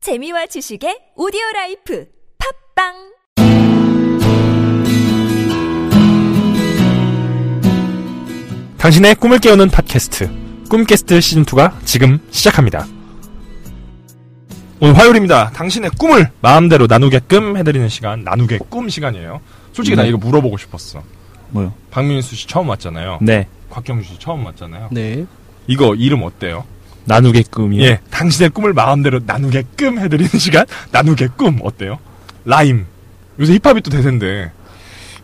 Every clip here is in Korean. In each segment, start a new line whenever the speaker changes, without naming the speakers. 재미와 지식의 오디오 라이프 팝빵
당신의 꿈을 깨우는 팟캐스트 꿈캐스트 시즌2가 지금 시작합니다 오늘 화요일입니다 당신의 꿈을 마음대로 나누게끔 해드리는 시간 나누게 꿈 시간이에요 솔직히 나
네.
이거 물어보고 싶었어
뭐요?
박민수 씨 처음 왔잖아요
네.
곽경주 씨 처음 왔잖아요
네.
이거 이름 어때요?
나누게끔이요.
예 당신의 꿈을 마음대로 나누게끔 해드리는 시간 나누게 꿈 어때요? 라임 요새 힙합이 또 대세인데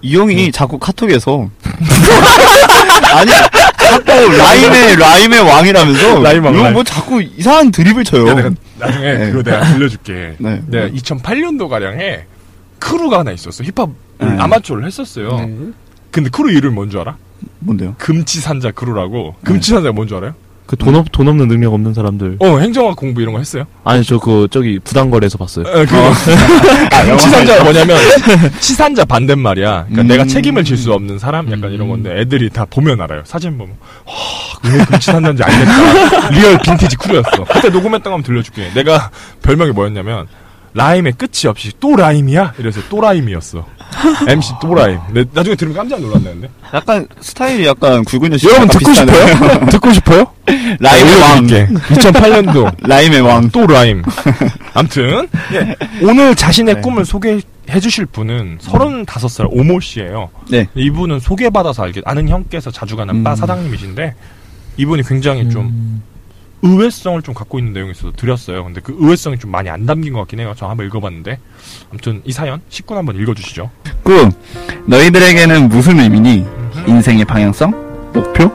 이용이 자꾸 카톡에서 아니 카톡 라임의 라임의 왕이라면서
라임의 왕,
이거
라임.
뭐 자꾸 이상한 드립을 쳐요.
야, 내가 나중에
네.
그거 내가 들려줄게
네.
네, 2008년도 가량에 크루가 하나 있었어. 힙합 을
네.
아마추어를 했었어요. 근데 크루 이름 뭔 줄 알아?
뭔데요?
금치산자 크루라고.
네.
금치산자가 뭔 줄 알아요?
그돈 없, 돈 없는 능력 없는 사람들.
어, 행정학 공부 이런 거 했어요?
아니, 저 그, 저기, 부당거래에서 봤어요.
어, 그 금치산자가 뭐냐면 치산자 반대말이야. 그러니까
음.
내가 책임을 질 수 없는 사람 약간 이런 건데 애들이 다 보면 알아요. 사진 보면 와, 그게 금치산자인지 알겠다. 리얼 빈티지 크루였어. 그때 녹음했던 거 한번 들려줄게. 내가 별명이 뭐였냐면 라임의 끝이 없이 또 라임이야? 이래서 또 라임이었어. MC 또 라임. 내- 나중에 들으면 깜짝 놀랐는데.
약간 스타일이 약간 굵은 여신.
여러분
약간
듣고
비슷하네요.
싶어요? 아, 듣고 싶어요? 네,
라임의 왕.
2008년도
라임의 왕.
또 라임. 암튼 예, 오늘 자신의
네.
꿈을 소개해 주실 분은 35살 오모 씨예요.
네.
이분은 소개받아서 알게 아는 형께서 자주 가는
음.
바 사장님이신데 이분이 굉장히 좀 의외성을 좀 갖고 있는 내용이 있어서 드렸어요. 근데 그 의외성이 좀 많이 안 담긴 것 같긴 해요. 저 한번 읽어봤는데 아무튼 이 사연 19분 한번 읽어주시죠.
그 너희들에게는 무슨 의미니? 인생의 방향성? 목표?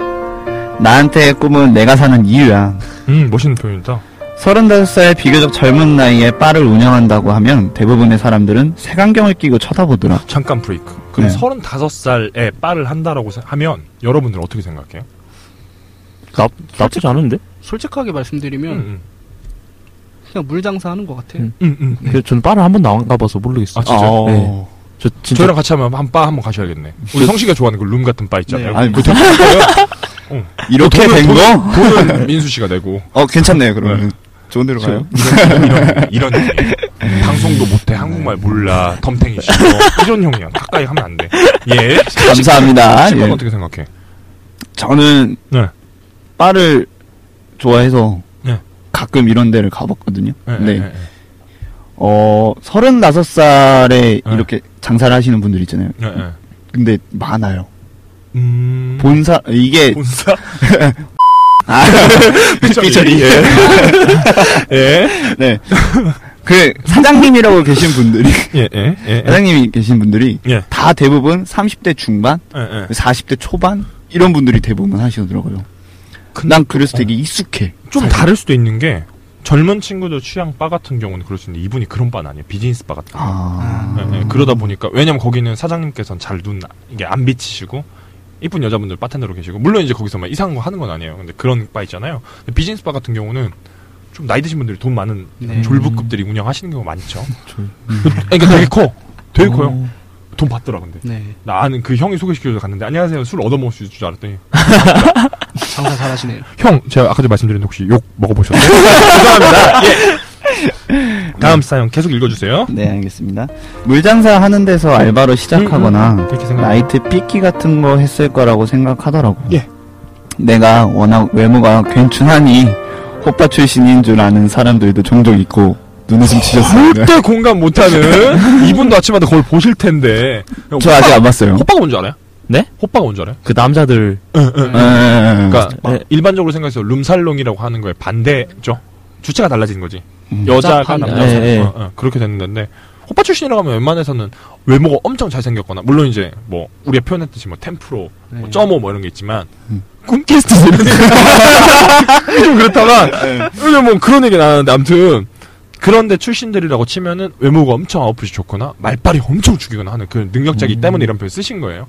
나한테의 꿈은 내가 사는 이유야.
음 멋있는 표현이다.
35살 비교적 젊은 나이에 바를 운영한다고 하면 대부분의 사람들은 색안경을 끼고 쳐다보더라.
잠깐 브레이크. 그럼
네.
35살에 빠를 한다라고 세- 하면 여러분들은 어떻게 생각해요?
나, 나쁘지 않은데?
솔직하게 말씀드리면
음,
그냥 물 장사하는 것 같아.
음.
요
음, 음.
그래서 저는 빠를 한 번도 안 가봐서 모르겠어요.
아, 진짜요?
어. 네. 저 진짜.
저희랑 같이 하면 한 바 한번 가셔야겠네. 우리 성씨가 좋아하는 그 룸 같은 바 있잖아요.
네.
아니,
그
무슨-
응.
이렇게
돈은-
된 거?
돈은,
뭐.
돈은 민수 씨가 내고
어, 괜찮네요, 그러면. 좋은 데로 가요.
이런 이런 형이 방송도 못해 한국말 몰라 덤탱이 씨 어, 이런 형이야 가까이 하면 안 돼. 예.
감사합니다.
씨는
예.
어떻게 생각해?
저는
네.
바를 좋아해서
네.
가끔 이런 데를 가봤거든요.
네.
네.
네. 네.
어, 35살에
네.
이렇게 장사를 하시는 분들 있잖아요.
네. 네.
근데 많아요.
음.
본사, 이게,
본사.
아, 삐처리.
예. 예.
네. 그, 사장님이라고 계신 분들이,
예. 예. 예.
사장님이 계신 분들이
예.
다 대부분 30대 중반,
예, 예.
40대 초반, 이런 분들이 대부분 하시더라고요. 난 그래서 되게 익숙해.
좀 다를 수도 있는 게 젊은 친구들 취향 바 같은 경우는 그럴 수 있는데 이분이 그런 바는 아니에요. 비즈니스 바 같은 거.
아.
예, 예. 그러다 보니까 왜냐면 거기는 사장님께서는 잘눈 이게 안 비치시고 이쁜 여자분들 바텐더로 계시고 물론 이제 거기서 막 이상한 거 하는 건 아니에요. 근데 그런 바 있잖아요. 근데 비즈니스 바 같은 경우는 좀 나이 드신 분들이 돈 많은
네.
졸부급들이 운영하시는 경우가 많죠. 그러니까 되게 커, 되게 커요. 돈 받더라 근데.
네.
나 아는 그 형이 소개시켜줘서 갔는데 안녕하세요 술 얻어먹을 수 있을 줄 알았더니
장사 잘하시네요.
형 제가 아까 전에 말씀드린 혹시 욕 먹어보셨나요? 죄송합니다. 예. 다음 사연 계속 읽어주세요.
네, 알겠습니다. 물장사 하는 데서 알바로 시작하거나
음, 음, 이렇게 생각.
나이트 삐끼 같은 거 했을 거라고 생각하더라고.
예.
내가 워낙 외모가 괜찮으니 호빠 출신인 줄 아는 사람들도 종종 있고 눈웃음 치셨습니다.
절대 공감 못하는 이분도 아침마다 거울 보실 텐데 형,
저 아직 안 봤어요.
호빠가 뭔 줄 알아요?
네?
호빠가 뭔 줄 알아요?
그 남자들.
예, 예, 예.
그러니까 막
네.
일반적으로 생각해서 룸살롱이라고 하는 거에 반대죠. 주체가 달라지는 거지.
음.
여자가
짭한-
남자
네, 네.
어, 어, 그렇게 되는 건데 호빠 출신이라고 하면 웬만해서는 외모가 엄청 잘생겼거나 물론 이제 뭐 우리가 표현했듯이 뭐 템프로, 뭐
네.
점오 뭐 이런 게 있지만 꿈캐스트 이런 얘기- 좀 그렇다만 근데 뭐 그런 얘기 나는데 아무튼 그런데 출신들이라고 치면은 외모가 엄청 아웃풋이 좋거나 말빨이 엄청 죽이거나 하는 그런 능력자이기 때문에 이런 표현 쓰신 거예요.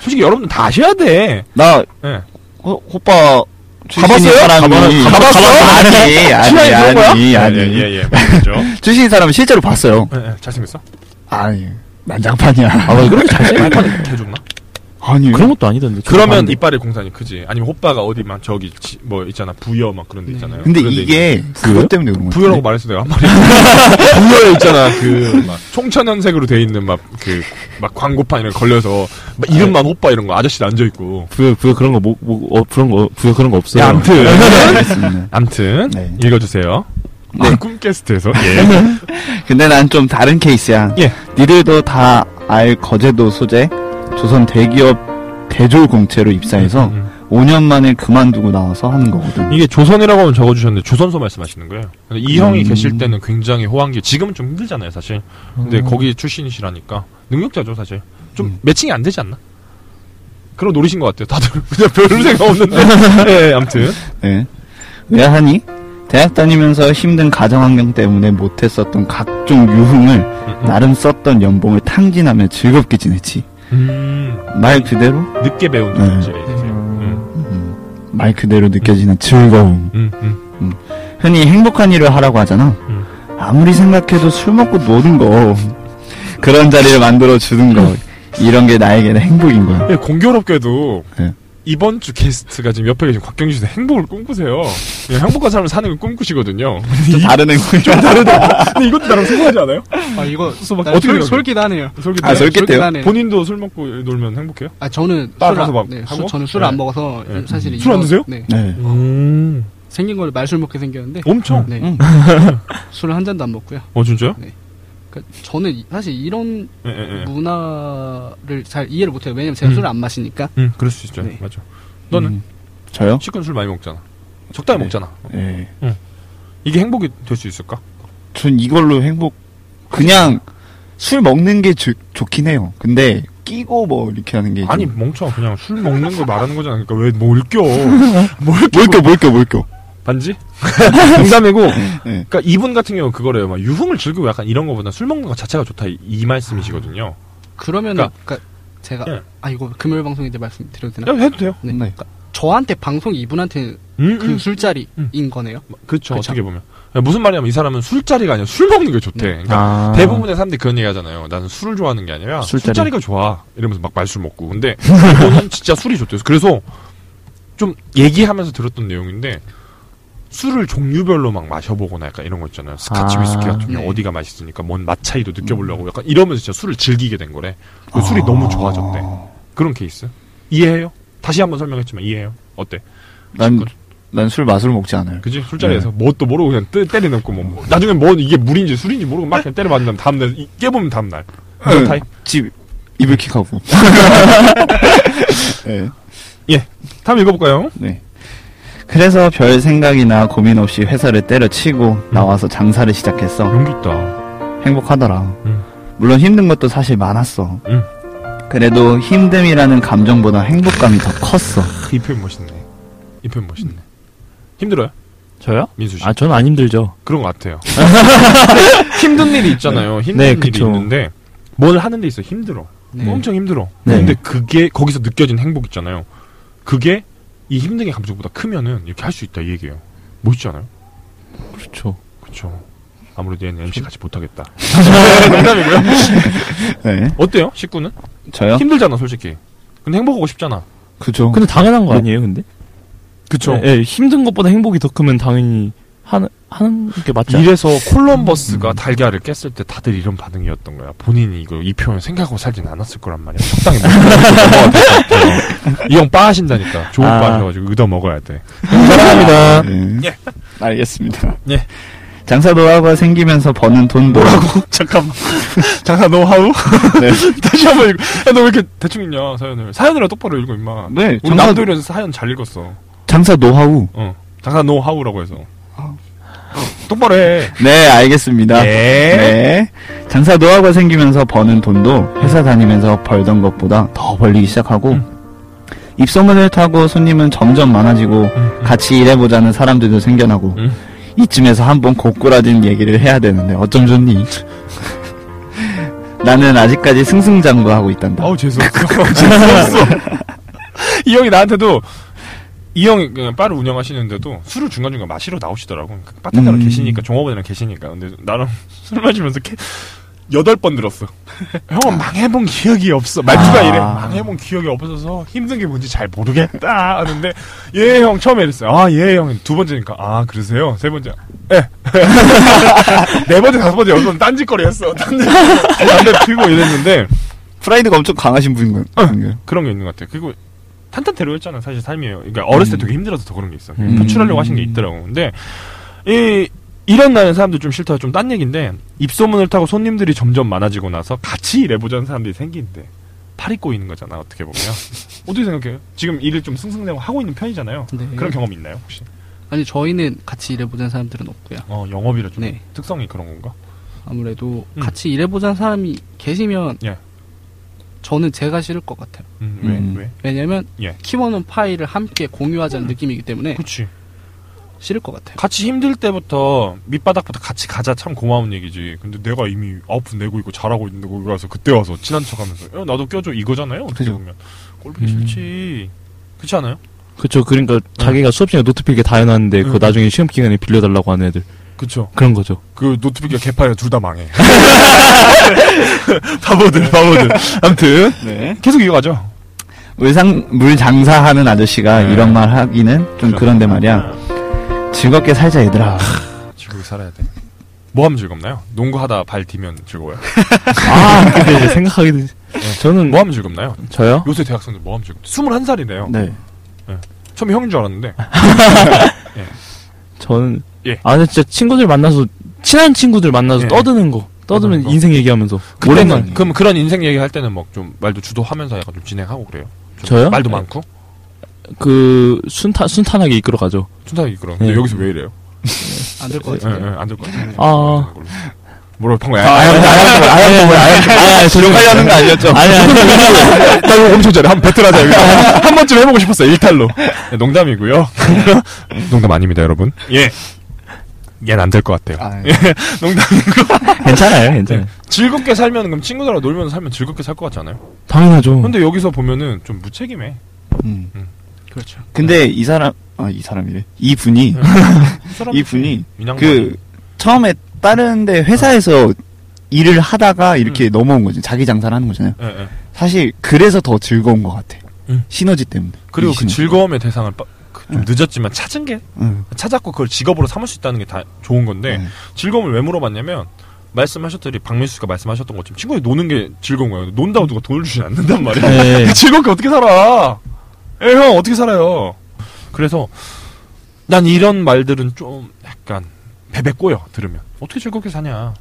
솔직히 여러분들 다 아셔야 돼.
나
예.
호, 호빠 출신인
가봤어요?
사람이
가봐- 가봤어?
아니,
취향이
아니,
그런 거야?
아니, 아니.
예, 예, 예, 맞죠.
출신인 사람 실제로 봤어요.
예, 예, 잘생겼어?
아니, 난장판이야.
아, 왜 그렇게 잘생겼
말빨이 개죽나?
아니에요.
그런 것도 아니던데.
그러면
이
이빨의 공산이 크지. 아니면 호빠가 어디 막 저기 지- 뭐 있잖아 부여 막 그런 데
네.
있잖아요.
근데
그런 데 있는-
이게 네. 그것 때문에 그런 거예요.
부여라고 말해서 내가 한 말이 부여 있잖아 그 막 총천연색으로 돼 있는 막 그 막 광고판에 걸려서 막
네.
이름만 호빠 이런 거 아저씨 앉아 있고.
부여 부여 그런 거 뭐, 뭐 어, 그런 거 부여 그런 거 없어요.
야, 암튼
알겠습니다.
암튼
네.
읽어주세요.
네.
아, 꿈캐스트에서 예.
근데 난 좀 다른 케이스야.
예.
니들도 다 알 거제도 소재 조선 대기업 대졸 공채로 입사해서
음,
5년 만에 그만두고 나와서 하는 거거든.
이게 조선이라고 하면 적어주셨는데 조선소 말씀하시는 거예요. 근데 이 형이
음.
계실 때는 굉장히 호황기, 지금은 좀 힘들잖아요, 사실. 근데 거기 출신이시라니까 능력자죠, 사실. 좀 매칭이 안 되지 않나? 그런 노리신 것 같아요. 다들 그냥 별 생각 없는데. 예, 예, 아무튼
네. 왜 하니? 대학 다니면서 힘든 가정환경 때문에 못했었던 각종 유흥을 나름 썼던 연봉을 탕진하며 즐겁게 지냈지.
음,
말 그대로
늦게 배운
네.
분들이 계세요. 음,
말 그대로 느껴지는 즐거움.
음, 음.
흔히 행복한 일을 하라고 하잖아.
음.
아무리 생각해도 술 먹고 노는 거 그런 자리를 만들어 주는 거 이런 게 나에게는 행복인 거야.
예, 공교롭게도
네.
이번 주 게스트가 지금 옆에 계신 곽경주 씨도 행복을 꿈꾸세요. 예, 행복한 삶을 사는 걸 꿈꾸시거든요.
좀 다른 행복이 좀 다르다.
근데 이것도 나랑 생각하지 않아요?
아 이거
막
어떻게
음. 어떻게
솔,
생각해?
솔깃하네요.
솔깃해요?
아, 솔깃해요?
솔깃하네.
본인도 술 먹고 놀면 행복해요?
아 저는
따로
술,
가서
안-
막
네,
하고?
술 저는 술을
네.
안 먹어서
네.
사실
술안
이거-
드세요?
네.
네.
음.
생긴 걸 말술 먹게 생겼는데
엄청.
네.
음.
술을 한 잔도 안 먹고요.
어 진짜요?
그러니까 저는 이- 사실 이런
예, 예, 예.
문화를 잘 이해를 못해요. 왜냐면 제가
음.
술을 안 마시니까.
음, 그럴 수 있죠.
네.
맞아. 너는
음. 저요?
식은 술 많이 먹잖아. 적당히
네.
먹잖아.
예.
이게 행복이 될 수 있을까?
전 이걸로 행복 그냥 술 먹는 게 주- 좋긴 해요. 근데 끼고 뭐 이렇게 하는 게 좀-
아니 멍청아 그냥 술 먹는 걸 말하는 거잖아. 그러니까 왜 뭘 껴?
뭘 껴, 뭘 껴, 뭘 껴.
반지? 농담이고.
예.
그러니까 이분 같은 경우 는 그거래요. 막 유흥을 즐기고 약간 이런 거보다 술 먹는 거 자체가 좋다 이, 이 말씀이시거든요.
그러면은
그러니까-
그러니까, 제가
예.
아 이거 금요일 방송인데 말씀드려도
야,
되나?
해도 돼요.
네.
네.
저한테 방송 이분한테
음,
그 술자리인 거네요.
그렇죠.
그쵸.
어떻게 보면 야, 무슨 말이냐면 이 사람은 술자리가 아니라 술 먹는 게 좋대. 그러니까
아.
대부분의 사람들이 그런 얘기 하잖아요. 나는 술을 좋아하는 게 아니라
술자리.
술자리. 가 좋아. 이러면서 막 말술 먹고. 근데 이거는 진짜 술이 좋대요. 그래서 좀 얘기하면서 들었던 내용인데 술을 종류별로 막 마셔보거나 약간 이런 거 있잖아요. 스카치
아. 음.
위스키 같은 경우
네.
어디가 맛있으니까 뭔 맛 차이도 느껴보려고 약간 이러면서 진짜 술을 즐기게 된 거래. 그 술이
아.
너무 좋아졌대. 그런 케이스. 이해해요? 다시 한번 설명했지만 이해해요? 어때?
난, 난 술 맛으로 먹지 않아요.
그지? 술자리에서 뭣도 모르고 그냥 뜨, 때려놓고 뭐, 뭐. 나중에 뭐 이게 물인지 술인지 모르고 막 그냥 때려맞는 다음 다음날 이- 깨보면 다음날 그런
예.
타입?
집, 이불킥하고. 예.
다음 읽어볼까요?
네. 그래서 별 생각이나 고민 없이 회사를 때려치고 나와서 장사를 시작했어.
용기 있다
행복하더라.
음.
물론 힘든 것도 사실 많았어.
음.
그래도 힘듦이라는 감정보다 행복감이 더 컸어.
이 표현 멋있네 이 표현 멋있네 힘들어요?
저요?
민수 씨
아, 저는 안 힘들죠.
그런 것 같아요 힘든 일이 있잖아요 힘든
네,
일이
그쵸.
있는데 뭘 하는 데 있어 힘들어
네.
엄청 힘들어
네.
근데 그게 거기서 느껴진 행복 있잖아요 그게 이 힘든 게 감정보다 크면은 이렇게 할 수 있다 이 얘기예요 뭐 멋있지 않아요?
그렇죠.
그쵸 아무래도 얘는 MC 같이 못하겠다 농담이고요
네.
어때요? 식구는?
저요?
힘들잖아 솔직히 근데 행복하고 싶잖아
그죠.
근데 당연한 거 아니에요, 근데?
그쵸
예, 예, 힘든 것보다 행복이 더 크면 당연히 하는 하는 게 맞지. 않-
이래서 콜럼버스가 달걀을 깼을 때 다들 이런 반응이었던 거야. 본인이 이거 이 표현 생각하고 살진 않았을 거란 말이야. 적당히 먹어야 이형 빠하신다니까. 좋은
아.
빠하셔가지고 의어 먹어야 돼.
감사합니다.
예.
알겠습니다.
예.
장사 노하우가 생기면서 버는 돈도
잠깐만. 잠깐 노하우?
네.
다시 한번 읽 야너 왜 이렇게 대충 읽냐 사연을. 사연을 똑바로 읽어 임마.
네,
우리
장사-
남도일에서 사연 잘 읽었어.
장사 노하우.
어. 잠깐 노하우라고 해서. 똑바로 해.
네, 알겠습니다. 네. 장사 노하우가 생기면서 버는 돈도 회사 다니면서 벌던 것보다 더 벌리기 시작하고 입소문을 타고 손님은 점점 많아지고 같이 일해보자는 사람들도 생겨나고
음.
이쯤에서 한번 고꾸라진 얘기를 해야 되는데 어쩜 좋니? 나는 아직까지 승승장구하고 있단다.
아우 죄송했어. 죄송했어. 이 형이 나한테도 이 형이 그냥 바를 운영하시는데도 술을 중간중간 마시러 나오시더라고. 그 바텐더랑
음.
계시니까 종업원이랑 계시니까. 근데 나랑 술 마시면서 캐, 여덟 번 들었어. 형은 망해본 기억이 없어. 말투가
아.
이래. 망해본 기억이 없어서 힘든 게 뭔지 잘 모르겠다. 하는데, 예, 형. 처음에 이랬어요. 아, 예, 형. 두 번째니까. 아, 그러세요? 세 번째. 예. 네 번째, 다섯 번째, 여섯 번째 딴짓거리 했어. 딴짓 담배 피고 이랬는데,
프라이드가 엄청 강하신 분인 거예요. 응.
그런 게 있는 것 같아요. 그리고 탄탄대로였잖아 사실 삶이에요. 그러니까 어렸을 때
음.
되게 힘들어서 더 그런 게 있어.
음.
표출하려고 하신 게 있더라고. 근데 이 이런 나는 사람들 좀 싫다. 좀 딴 얘기인데 입소문을 타고 손님들이 점점 많아지고 나서 같이 일해보자는 사람들이 생긴대. 팔 입고 있는 거잖아 어떻게 보면. 어떻게 생각해요? 지금 일을 좀 승승장구 하고 있는 편이잖아요.
네.
그런 경험 있나요 혹시?
아니 저희는 같이 일해보자는 사람들은 없고요.
어 영업이라 좀
네.
특성이 그런 건가?
아무래도
음.
같이 일해보자는 사람이 계시면
예.
저는 제가 싫을 것 같아요.
음,
음.
왜 왜?
왜냐면
예. 음.
키워놓은 파일을 함께 공유하자는 느낌이기 때문에
그렇지.
싫을 것 같아요.
같이 힘들 때부터 밑바닥부터 같이 가자 참 고마운 얘기지. 근데 내가 이미 아웃풋 내고 있고 잘하고 있는데 거기 가서 그때 와서 친한 척하면서 야, 나도 껴줘 이거잖아요. 어떻게
그죠.
보면 꼴보기
음.
싫지. 그렇지 않아요?
그쵸 그러니까 자기가 수업 시간에 노트필 게다 해놨는데 그거
응.
나중에 시험 기간에 빌려달라고 하는 애들
그렇죠.
그런 거죠.
그 노트북이랑 개파이가 둘 다 망해.
바보들, 바보들. 아무튼.
계속 이어가죠.
물상, 물 장사하는 아저씨가
네.
이런 말 하기는 좀
그렇죠.
음, 그런데 말이야. 즐겁게 살자, 얘들아.
즐겁게 살아야 돼. 뭐 하면 즐겁나요? 농구하다 발 디면 즐거워요.
아 근데 이제 생각하게 되지. 저는
뭐 하면 즐겁나요?
저요?
요새 대학생들 뭐 하면 즐겁? 21살이래요.
네.
처음에 형인 줄 알았는데.
저는
예.
아 근데 진짜 친구들 만나서 친한 친구들 만나서
예.
떠드는 거 떠들면
떠드는 거.
인생 얘기하면서
그때는 그럼 그런 인생 얘기할 때는 막 좀 말도 주도하면서 약간 좀 진행하고 그래요. 좀
저요?
말도
네.
많고.
그 순탄 순탄하게 이끌어 가죠.
순탄이 그럼. 근데
네.
여기서 왜 이래요?
안 될 것
예,
같은데.
예, 안될 것 같아요. 아,
아.
뭐라고 한 거야?
네.
아야
하려는 거 아니었죠?
나 이거 엄청 잘해. 한번 배틀하자. 여기서. 한 번쯤 해보고 싶었어요. 일탈로. 네, 농담이고요. 농담 아닙니다, 여러분. 예. 얘는 안 될 것 같아요. 네.
아,
농담이고.
괜찮아요 괜찮아요.
즐겁게 살면, 그럼 친구들하고 놀면서 살면 즐겁게 살 것 같지 않아요?
당연하죠.
근데 여기서 보면은 좀 무책임해.
음.
그렇죠.
근데 이 사람, 아, 이 사람이래. 이 분이, 이 분이, 그, 처음에 다른데 회사에서 일을 하다가 이렇게 넘어온 거지. 자기 장사를 하는 거잖아요.
예, 예.
사실, 그래서 더 즐거운 것 같아.
음.
시너지 때문에.
그리고
이
그
시너지.
즐거움의 대상을 빠- 그좀 늦었지만 찾은 게
응.
찾았고 그걸 직업으로 삼을 수 있다는 게 다 좋은 건데
네.
즐거움을 왜 물어봤냐면 말씀하셨더니 박민수 씨가 말씀하셨던 것처럼 친구들 노는 게 즐거운 거예요. 논다고 누가 돈을 주지 않는단 말이야.
네.
즐겁게 어떻게 살아? 에 형 어떻게 살아요? 그래서 난 이런 말들은 좀 약간 베베 꼬여 들으면 어떻게 즐겁게 사냐?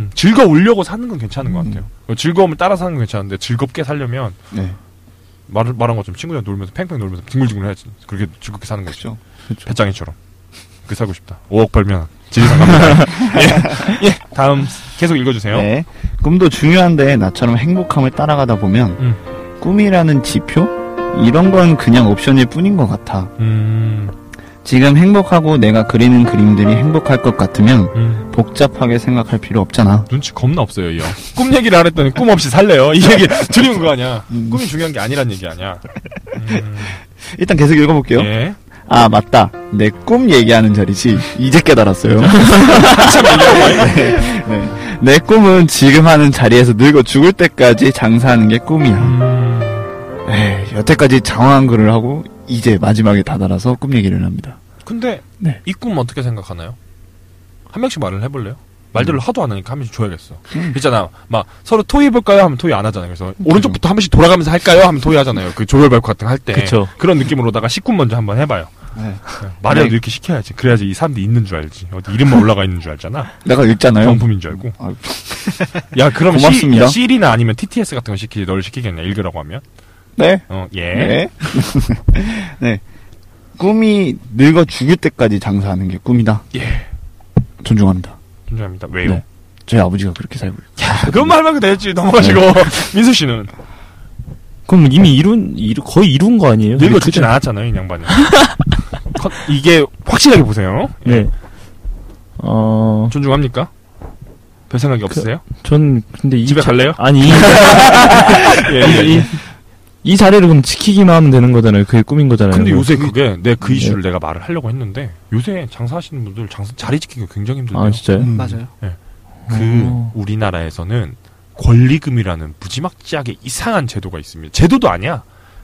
음, 즐거우려고 사는 건 괜찮은 것 같아요. 그 즐거움을 따라 사는 건 괜찮은데 즐겁게 살려면
네.
말, 말한 것처럼 친구들 놀면서 팽팽 놀면서 뒹굴뒹굴 해야지. 그렇게 즐겁게 사는 거죠.
그렇죠.
배짱이처럼. 그 사고 싶다. 5억 벌면 지리산 갑니다. 예. 예. 다음 계속 읽어주세요.
네. 꿈도 중요한데 나처럼 행복함을 따라가다 보면
음.
꿈이라는 지표 이런 건 그냥 옵션일 뿐인 것 같아.
음,
지금 행복하고 내가 그리는 그림들이 행복할 것 같으면
음.
복잡하게 생각할 필요 없잖아.
눈치 겁나 없어요, 이 형. 꿈 얘기를 안 했더니 꿈 없이 살래요. 이 얘기 드리운 거 아니야. 꿈이 중요한 게 아니란 얘기 아니야. 음,
일단 계속 읽어볼게요.
예.
아 맞다. 내 꿈 얘기하는 자리지. 이제 깨달았어요. 네, 네. 내 꿈은 지금 하는 자리에서 늙어 죽을 때까지 장사하는 게 꿈이야.
음,
에이, 여태까지 장황한 글을 하고 이제 마지막에 다다라서 꿈 얘기를 합니다.
근데
네.
이 꿈은 어떻게 생각하나요? 한 명씩 말을 해볼래요?
음.
말들을 하도 안 하니까 한 명씩 줘야겠어. 있잖아. 막 서로 토의해볼까요? 하면 토의 안 하잖아요. 그래서
음.
오른쪽부터 한 번씩 돌아가면서 할까요? 하면 토의하잖아요. 그 조별 발표 같은 거 할 때.
그쵸.
그런 느낌으로다가 식구 먼저 한번 해봐요.
네.
말이라도 이렇게 시켜야지. 그래야지 이 사람들이 있는 줄 알지. 어디 이름만 올라가 있는 줄 알잖아.
내가 읽잖아요.
정품인 줄 알고.
아,
야, 그럼 시,
고맙습니다.
야, C나 아니면 TTS 같은 거 시키지. 널 시키겠냐? 읽으라고 하면.
네.
어, 예.
네. 네. 꿈이 늙어 죽을 때까지 장사하는 게 꿈이다.
예.
존중합니다.
존중합니다. 왜요?
네. 저희 아버지가 그렇게 살고 있어요.
그런 말만 그랬지. 넘어가시고.
네.
민수 씨는
그럼 이미 이룬 이루, 거의 이룬 거 아니에요?
늙어
근데
죽진
그때-
않았잖아요, 이 양반이. 컷, 이게 확실하게 보세요. 예.
네. 어,
존중합니까? 별 생각이 없으세요?
전 근데 그, 이
집에
자- 네,
갈래요?
아니 이,
예,
이, 이 자리를 그럼 지키기만 하면 되는 거잖아요. 그게 꿈인 거잖아요.
근데
뭐.
요새 그게 내 그 이슈를 내가 말을 하려고 했는데 요새 장사하시는 분들 장사 자리 지키기가 굉장히 힘들대요.
음.
아 진짜요? 어.
맞아요.
그
오.
우리나라에서는 권리금이라는 무지막지하게 이상한 제도가 있습니다. 제도도 아니야.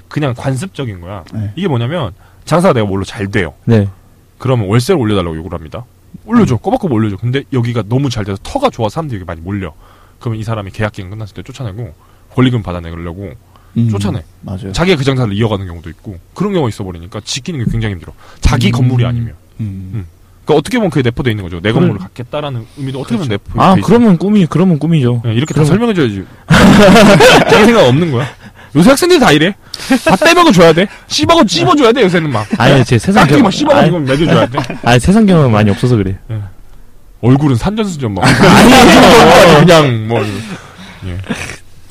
그냥 관습적인 거야.
네.
이게 뭐냐면 장사가 내가 뭘로 잘 돼요.
네.
그러면 월세를 올려달라고 요구를 합니다. 올려줘.
음.
꼬박꼬박 올려줘. 근데 여기가 너무 잘 돼서 터가 좋아 서 사람들이 여기 많이 몰려. 그러면 이 사람이 계약 기간 끝났을 때 쫓아내고 권리금 받아내려고
음,
쫓아내.
네.
맞아요.
자기가 그 장사를 이어가는 경우도 있고 그런 경우가 있어 버리니까 지키는 게 굉장히 힘들어. 자기 건물이 아니면.
음.
그러니까 어떻게 보면 그게 내포돼 있는 거죠. 내
그럼-
건물을 갖겠다라는 의미도 어떻게 보면 내포.
아 그러면 꿈이 그러면 꿈이죠.
예, 이렇게
그러면-
다 설명해줘야지. 자기 생각 없는 거야. 요새 학생들이 다 이래. 다 떼먹어 줘야 돼. 씹어고 씹어줘야 돼, 요새는 막.
아니 제 세상
깍지
경험
막
아니,
씹어가지고 먹여줘야 돼.
아니 세상 경험 많이 없어서 그래. 요
얼굴은 산전수전 막. 아니, 그냥 뭐. 예.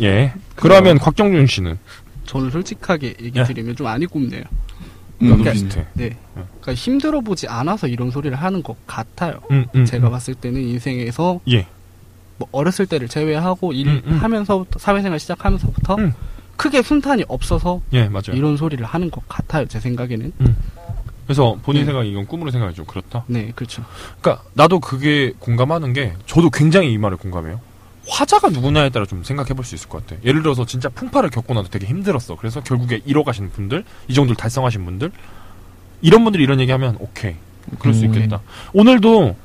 예. 그러면 곽정준 씨는
저는 솔직하게
예.
얘기 드리면 좀 안이 굽네요.
음.
나도
그러니까-
비슷해.
네. 그러니까 힘들어 보지 않아서 이런 소리를 하는 것 같아요.
음, 음.
제가 봤을 때는 인생에서
예.
뭐 어렸을 때를 제외하고
음, 음.
일하면서부터 사회생활 시작하면서부터
음.
크게 순탄이 없어서
예, 맞아요.
이런 소리를 하는 것 같아요. 제 생각에는.
그래서 본인
음.
생각이 이건 꿈으로 생각이 좀 그렇다.
네, 그렇죠.
그러니까 나도 그게 공감하는 게 저도 굉장히 이 말을 공감해요. 화자가 누구냐에 따라 좀 생각해 볼 수 있을 것 같아. 예를 들어서 진짜 풍파를 겪고 나도 되게 힘들었어. 그래서 결국에 잃어가시는 분들, 이 정도를 달성하신 분들, 이런 분들이 이런 얘기하면 오케이. 그럴 수
음.
있겠다. 오늘도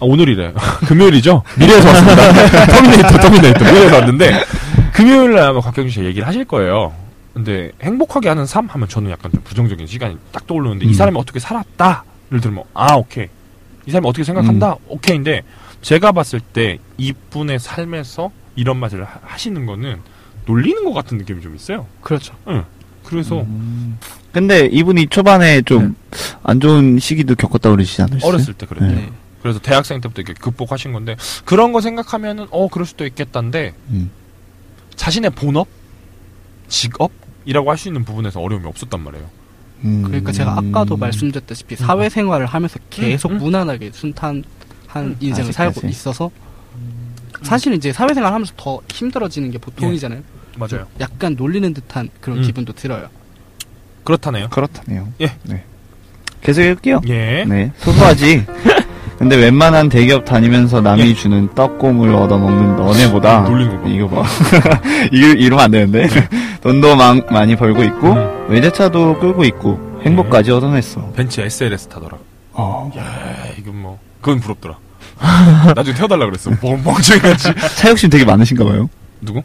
아, 오늘이래. 금요일이죠. 미래에서 왔습니다. 터미네이터, 터미네이터. 미래에서 왔는데 금요일 날 아마 곽경준 씨가 얘기를 하실 거예요. 근데 행복하게 하는 삶 하면 저는 약간 좀 부정적인 시간이 딱 떠오르는데
음.
이 사람이 어떻게 살았다를 들으면 아 오케이 이 사람이 어떻게 생각한다 오케이인데 제가 봤을 때 이분의 삶에서 이런 말을 하- 하시는 거는 놀리는 것 같은 느낌이 좀 있어요. 예.
그렇죠.
그래서
음. 근데 이분이 초반에 좀 안 좋은 시기도 겪었다 그러시지 않으셨어요?
어렸을 때 그랬대요.
네.
네.
그래서 대학생 때부터 이렇게 극복하신 건데 그런 거 생각하면은 어 그럴 수도 있겠다인데
음.
자신의 본업 직업이라고 할 수 있는 부분에서 어려움이 없었단 말이에요.
음.
그러니까 제가 아까도 말씀드렸다시피 사회생활을 하면서 계속
음.
무난하게 순탄한 인생을 살고
아직까지.
있어서
음.
사실은 이제 사회생활 하면서 더 힘들어지는 게 보통이잖아요.
예. 맞아요.
약간 놀리는 듯한 그런
음.
기분도 들어요.
그렇다네요.
그렇다네요.
예.
네. 계속 읽을게요.
예.
네. 소소하지. 근데 웬만한 대기업 다니면서 남이
예. 음,
주는 떡고물 얻어먹는 너네보다
놀리는 거 봐.
이거 봐. 이거 이러면 안 되는데. 돈도 마, 많이 벌고 있고
음. 네.
외제차도 끌고 있고 행복까지 얻어냈어.
벤츠 SLS 타더라.
어.
야 이건 뭐 그건 부럽더라. 나중에 태워달라 그랬어. 뭐, 멍- 멍청이같이.
차욕심 되게 많으신가 봐요.
누구?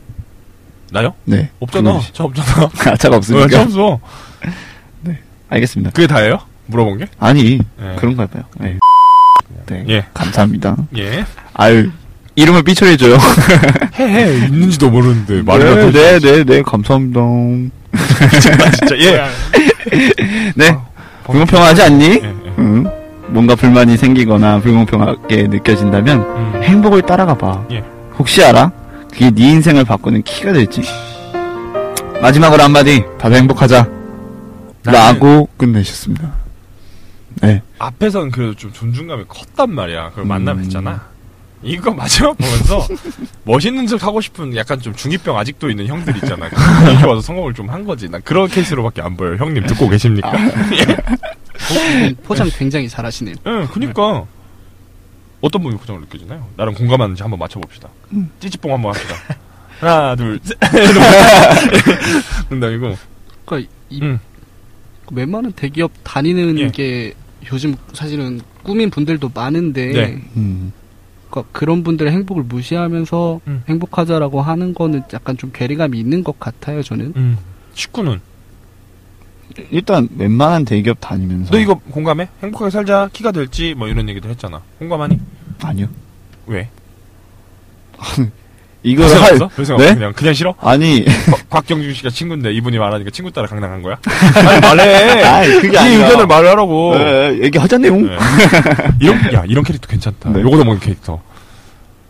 나요?
네.
없잖아.
그거지.
저 없잖아.
아, 차가
왜
없으니까.
없어?
알겠습니다.
그게 다예요? 물어본 게?
아니
예.
그런가 봐요. 네. 네.
예.
감사합니다.
예.
아유 이름을 삐처리해줘요.
해해 있는지도 모르는데 말을
네,
하고
네, 네, 네, 감사합니다.
있잖아, 진짜 예.
네, 불공평하지 않니?
아, 예, 예.
응. 뭔가 불만이 생기거나 불공평하게 느껴진다면
음.
행복을 따라가 봐.
예.
혹시 알아? 그게 네 인생을 바꾸는 키가 될지. 마지막으로 한마디, 다들 행복하자. 라고 끝내셨습니다. 네.
앞에서는 그래도 좀 존중감이 컸단 말이야. 그걸
음.
만남했잖아. 이거 마지막 보면서 멋있는 척 하고 싶은 약간 좀 중이병 아직도 있는 형들 있잖아. 이렇게 와서 성공을 좀 한 거지. 난 그런 케이스로밖에 안 보여요. 형님 듣고 계십니까?
보기에는
음.
포장 굉장히 잘하시네요.
예, 그니까 어떤 분이 고정을 느껴지나요? 나랑 공감하는지 한번 맞춰봅시다. 찌찌뽕 한번 합시다. 하나, 둘, 셋. 농담이고.
그러니까 이
음.
웬만한 대기업 다니는
예.
게 요즘 사실은 꿈인 분들도 많은데
네.
음.
그러니까 그런 분들의 행복을 무시하면서
음.
행복하자라고 하는 거는 약간 좀 괴리감이 있는 것 같아요. 저는
음. 식구는.
일단 웬만한 대기업 다니면서.
너 이거 공감해? 행복하게 살자, 키가 될지, 뭐 이런 얘기도 했잖아. 공감하니?
아니요.
왜?
이거
별생
할.
없어? 별생
네?
없어? 그냥, 그냥 싫어?
아니.
곽- 곽경준 씨가 친구인데 이분이 말하니까 친구 따라 강당한 거야? 아니, 말해!
아이, 그게
네
아니라.
의견을 말하라고!
네, 얘기하자네요.
네. 이런, 야, 이런 캐릭터 괜찮다.
네.
요거 넘은 캐릭터.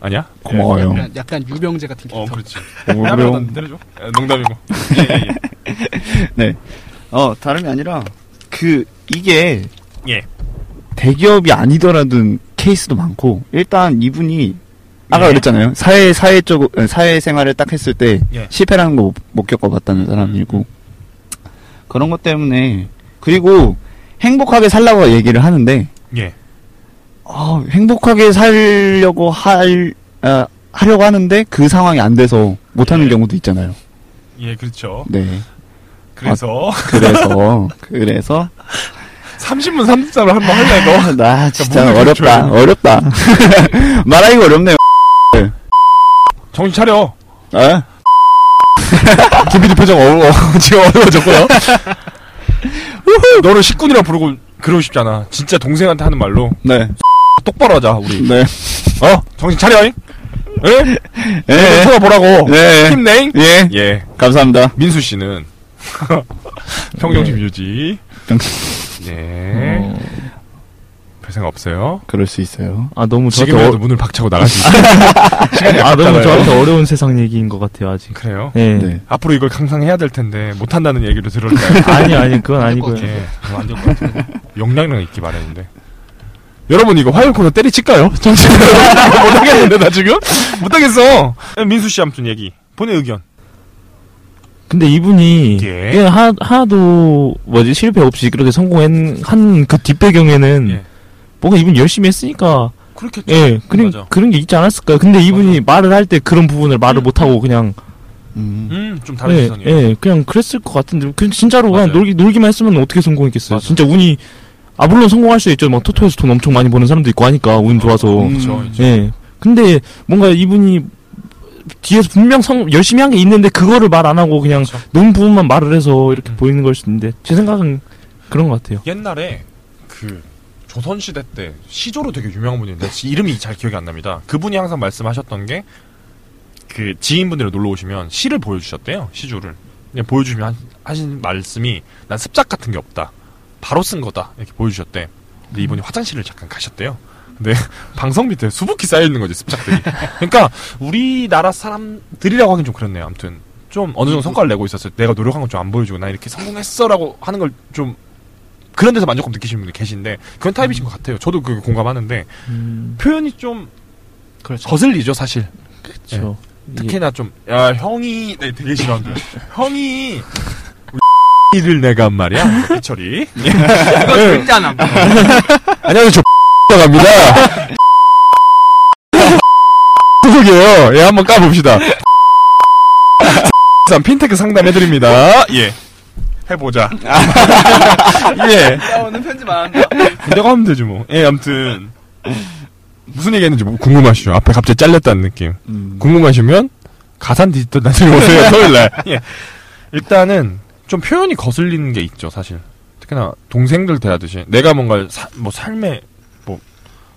아니야?
고마워요.
예,
약간, 약간 유병재 같은 캐릭터.
어, 그렇지.
고마워요.
야매로 때려줘. 야, 농담이고. 예, 예, 예.
네. 어, 다름이 아니라, 그, 이게.
예.
대기업이 아니더라도 케이스도 많고, 일단 이분이, 아까
예.
그랬잖아요. 사회, 사회적, 사회생활을 딱 했을 때,
예.
실패라는 거 못 겪어봤다는 사람이고,
음,
그런 것 때문에, 그리고 행복하게 살라고 얘기를 하는데,
예.
어, 행복하게 살려고 아, 할 아, 하려고 하는데 그 상황이 안 돼서 못하는
네.
경우도 있잖아요.
예, 그렇죠.
네.
그래서
아. 그래서 그래서
30분 30점을 한번 할래 너.
나 진짜
문을
어렵다
좀
어렵다 말하기 어렵네요.
정신 차려.
아?
김PD 표정 어려워. 지금 어려워졌고요. 너를 식군이라 부르고 그러고 싶잖아. 진짜 동생한테 하는 말로
네.
똑바로 하자 우리.
네.
어? 정신 차려잉? 예?
예. 예.
쳐다보라고.
예.
힘내잉?
예.
예.
감사합니다.
민수 씨는 평정심 유지.
평-
예.
어,
별 생각 없어요.
그럴 수 있어요.
아 너무 저한테
지금이라도 뭐 네.
어,
문을 박차고 나갈 수 있어요.
아 너무
아깝잖아요.
저한테 어려운 세상 얘기인 것 같아요 아직.
그래요?
예.
네.
앞으로 이걸 항상 해야 될 텐데 못 한다는 얘기를 들을까요?
아니 아니 그건 아니고요.
예. 안될것 같아요. 영량량 있기 마련인데. 여러분 이거 화요일 코너 때리칠까요? 정신 못 하겠는데 나 지금 못 하겠어. 예, 민수 씨 아무튼 얘기. 본인 의견.
근데 이분이
예.
예, 하, 하나도 뭐지 실패 없이 그렇게 성공한 한 그 뒷배경에는
예.
뭔가 이분 열심히 했으니까
그렇게
예 그런
맞아.
그런 게 있지 않았을까요? 근데 이분이 말을 할 때 그런 부분을 말을 못 하고 그냥
음.
음좀 다른
예,
시선이에요.
예 그냥 그랬을 것 같은데 그 진짜로 그냥
맞아요.
놀기 놀기만 했으면 어떻게 성공했겠어요?
맞아요.
진짜 운이 아 물론 성공할 수 있죠. 막 토토에서 돈 엄청 많이 버는 사람도 있고 하니까 운 예, 좋아서
음.
그렇죠. 이제.
예 근데 뭔가 이분이 뒤에서 분명 성 열심히 한 게 있는데 그거를 말 안 하고 그냥
그렇죠.
논 부분만 말을 해서 이렇게
음.
보이는 걸 수도 있는데 제 생각은 그런 것 같아요.
옛날에 그 조선 시대 때 시조로 되게 유명한 분인데 지- 이름이 잘 기억이 안 납니다. 그분이 항상 말씀하셨던 게 그 지인분들이 놀러 오시면 시를 보여주셨대요. 시조를 그냥 보여주시면 하- 하신 말씀이 난 습작 같은 게 없다. 바로 쓴 거다 이렇게 보여주셨대. 근데 이분이 화장실을 잠깐 가셨대요. 근데 방석 밑에 수북히 쌓여 있는 거지 습작들이. 그러니까 우리나라 사람들이라고 하긴 좀 그렇네요. 아무튼 좀 어느 정도 성과를 내고 있었어요. 내가 노력한 건 좀 안 보여주고 나 이렇게 성공했어라고 하는 걸좀 그런 데서 만족감 느끼시는 분들 계신데 그런 타입이신 것 같아요. 저도 그 공감하는데 표현이 좀
그렇죠.
거슬리죠 사실.
그렇죠.
특히나 좀 야 형이 네, 되게 싫어한다. 형이 이를 내가 말이야 그 예. 피철이
이거 절대 안 합니다.
예. 안녕하세요 저 갑니다. 소속이에요. 예 한번 까봅시다. 산 핀테크 상담해드립니다. 예 해보자. 예.
오늘 편집 안 한다.
내가 하면 되지 뭐. 예, 아무튼 무슨 얘기했는지 뭐 궁금하시죠? 앞에 갑자기 잘렸다는 느낌.
음.
궁금하시면 가산 디지털 나중에 오세요 토요일날. 예. 일단은 좀 표현이 거슬리는 게 있죠, 사실. 특히나 동생들 대하듯이 내가 뭔가 사, 뭐 삶의 뭐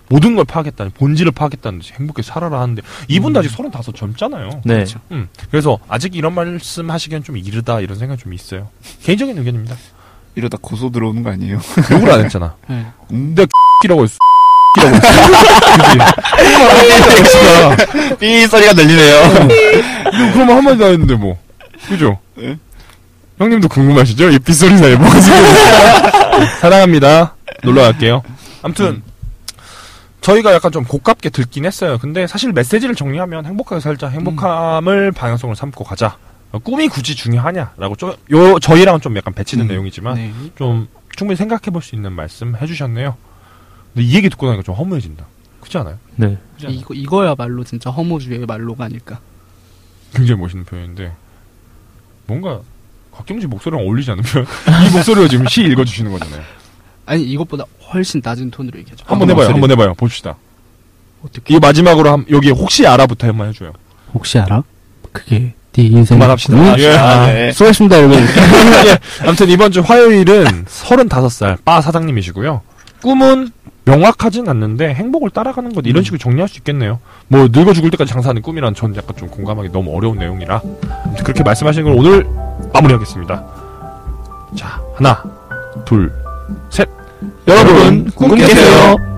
모든 걸 파겠다는 본질을 파겠다는 듯이 행복하게 살아라 하는데 이분도 아직 서른다섯 젊잖아요.
네.
음, 그래서 아직 이런 말씀 하시기엔 좀 이르다 이런 생각 좀 있어요. 개인적인 의견입니다.
이러다 고소 들어오는 거 아니에요?
욕을 안 했잖아.
네.
음.
끼라고 했어. 끼라고 했어. 그지?
삐 소리가 들리네요.
그러면 한마디도 안 했는데 뭐. 그죠?
예.
형님도 궁금하시죠? 이 빗소리 사이 뭐가 지금. 사랑합니다. 놀러 갈게요. 암튼.
음.
저희가 약간 좀 고깝게 들긴 했어요. 근데 사실 메시지를 정리하면 행복하게 살자, 행복함을
음.
방향성으로 삼고 가자. 어, 꿈이 굳이 중요하냐라고 좀, 요, 저희랑은 좀 약간 배치는
음.
내용이지만,
네.
좀 충분히 생각해 볼 수 있는 말씀 해주셨네요. 근데 이 얘기 듣고 나니까 좀 허무해진다. 그렇지 않아요?
네.
이거 이거야말로 진짜 허무주의의 말로가 아닐까.
굉장히 멋있는 표현인데 뭔가 곽경진 목소리랑 어울리지 않은 표현. 이 목소리로 지금 시 읽어주시는 거잖아요.
아니 이것보다 훨씬 낮은 톤으로 얘기하죠. 어,
한번 해봐요. 한번 해봐요. 봅시다.
어떻게?
이 마지막으로 한, 여기 혹시 알아부터 한번 해줘요.
혹시 알아? 그게 네 인생.
그만합시다. 아, 예.
아, 네.
수고하셨습니다 여러분.
예. 아무튼 이번 주 화요일은 35살 바 사장님이시고요. 꿈은 명확하진 않는데 행복을 따라가는 것 이런 식으로 정리할 수 있겠네요. 뭐 늙어 죽을 때까지 장사하는 꿈이란 전 약간 좀 공감하기 너무 어려운 내용이라 아무튼 그렇게 말씀하신 걸 오늘 마무리하겠습니다. 자 하나 둘 셋.
여러분, 꿈 깨세요.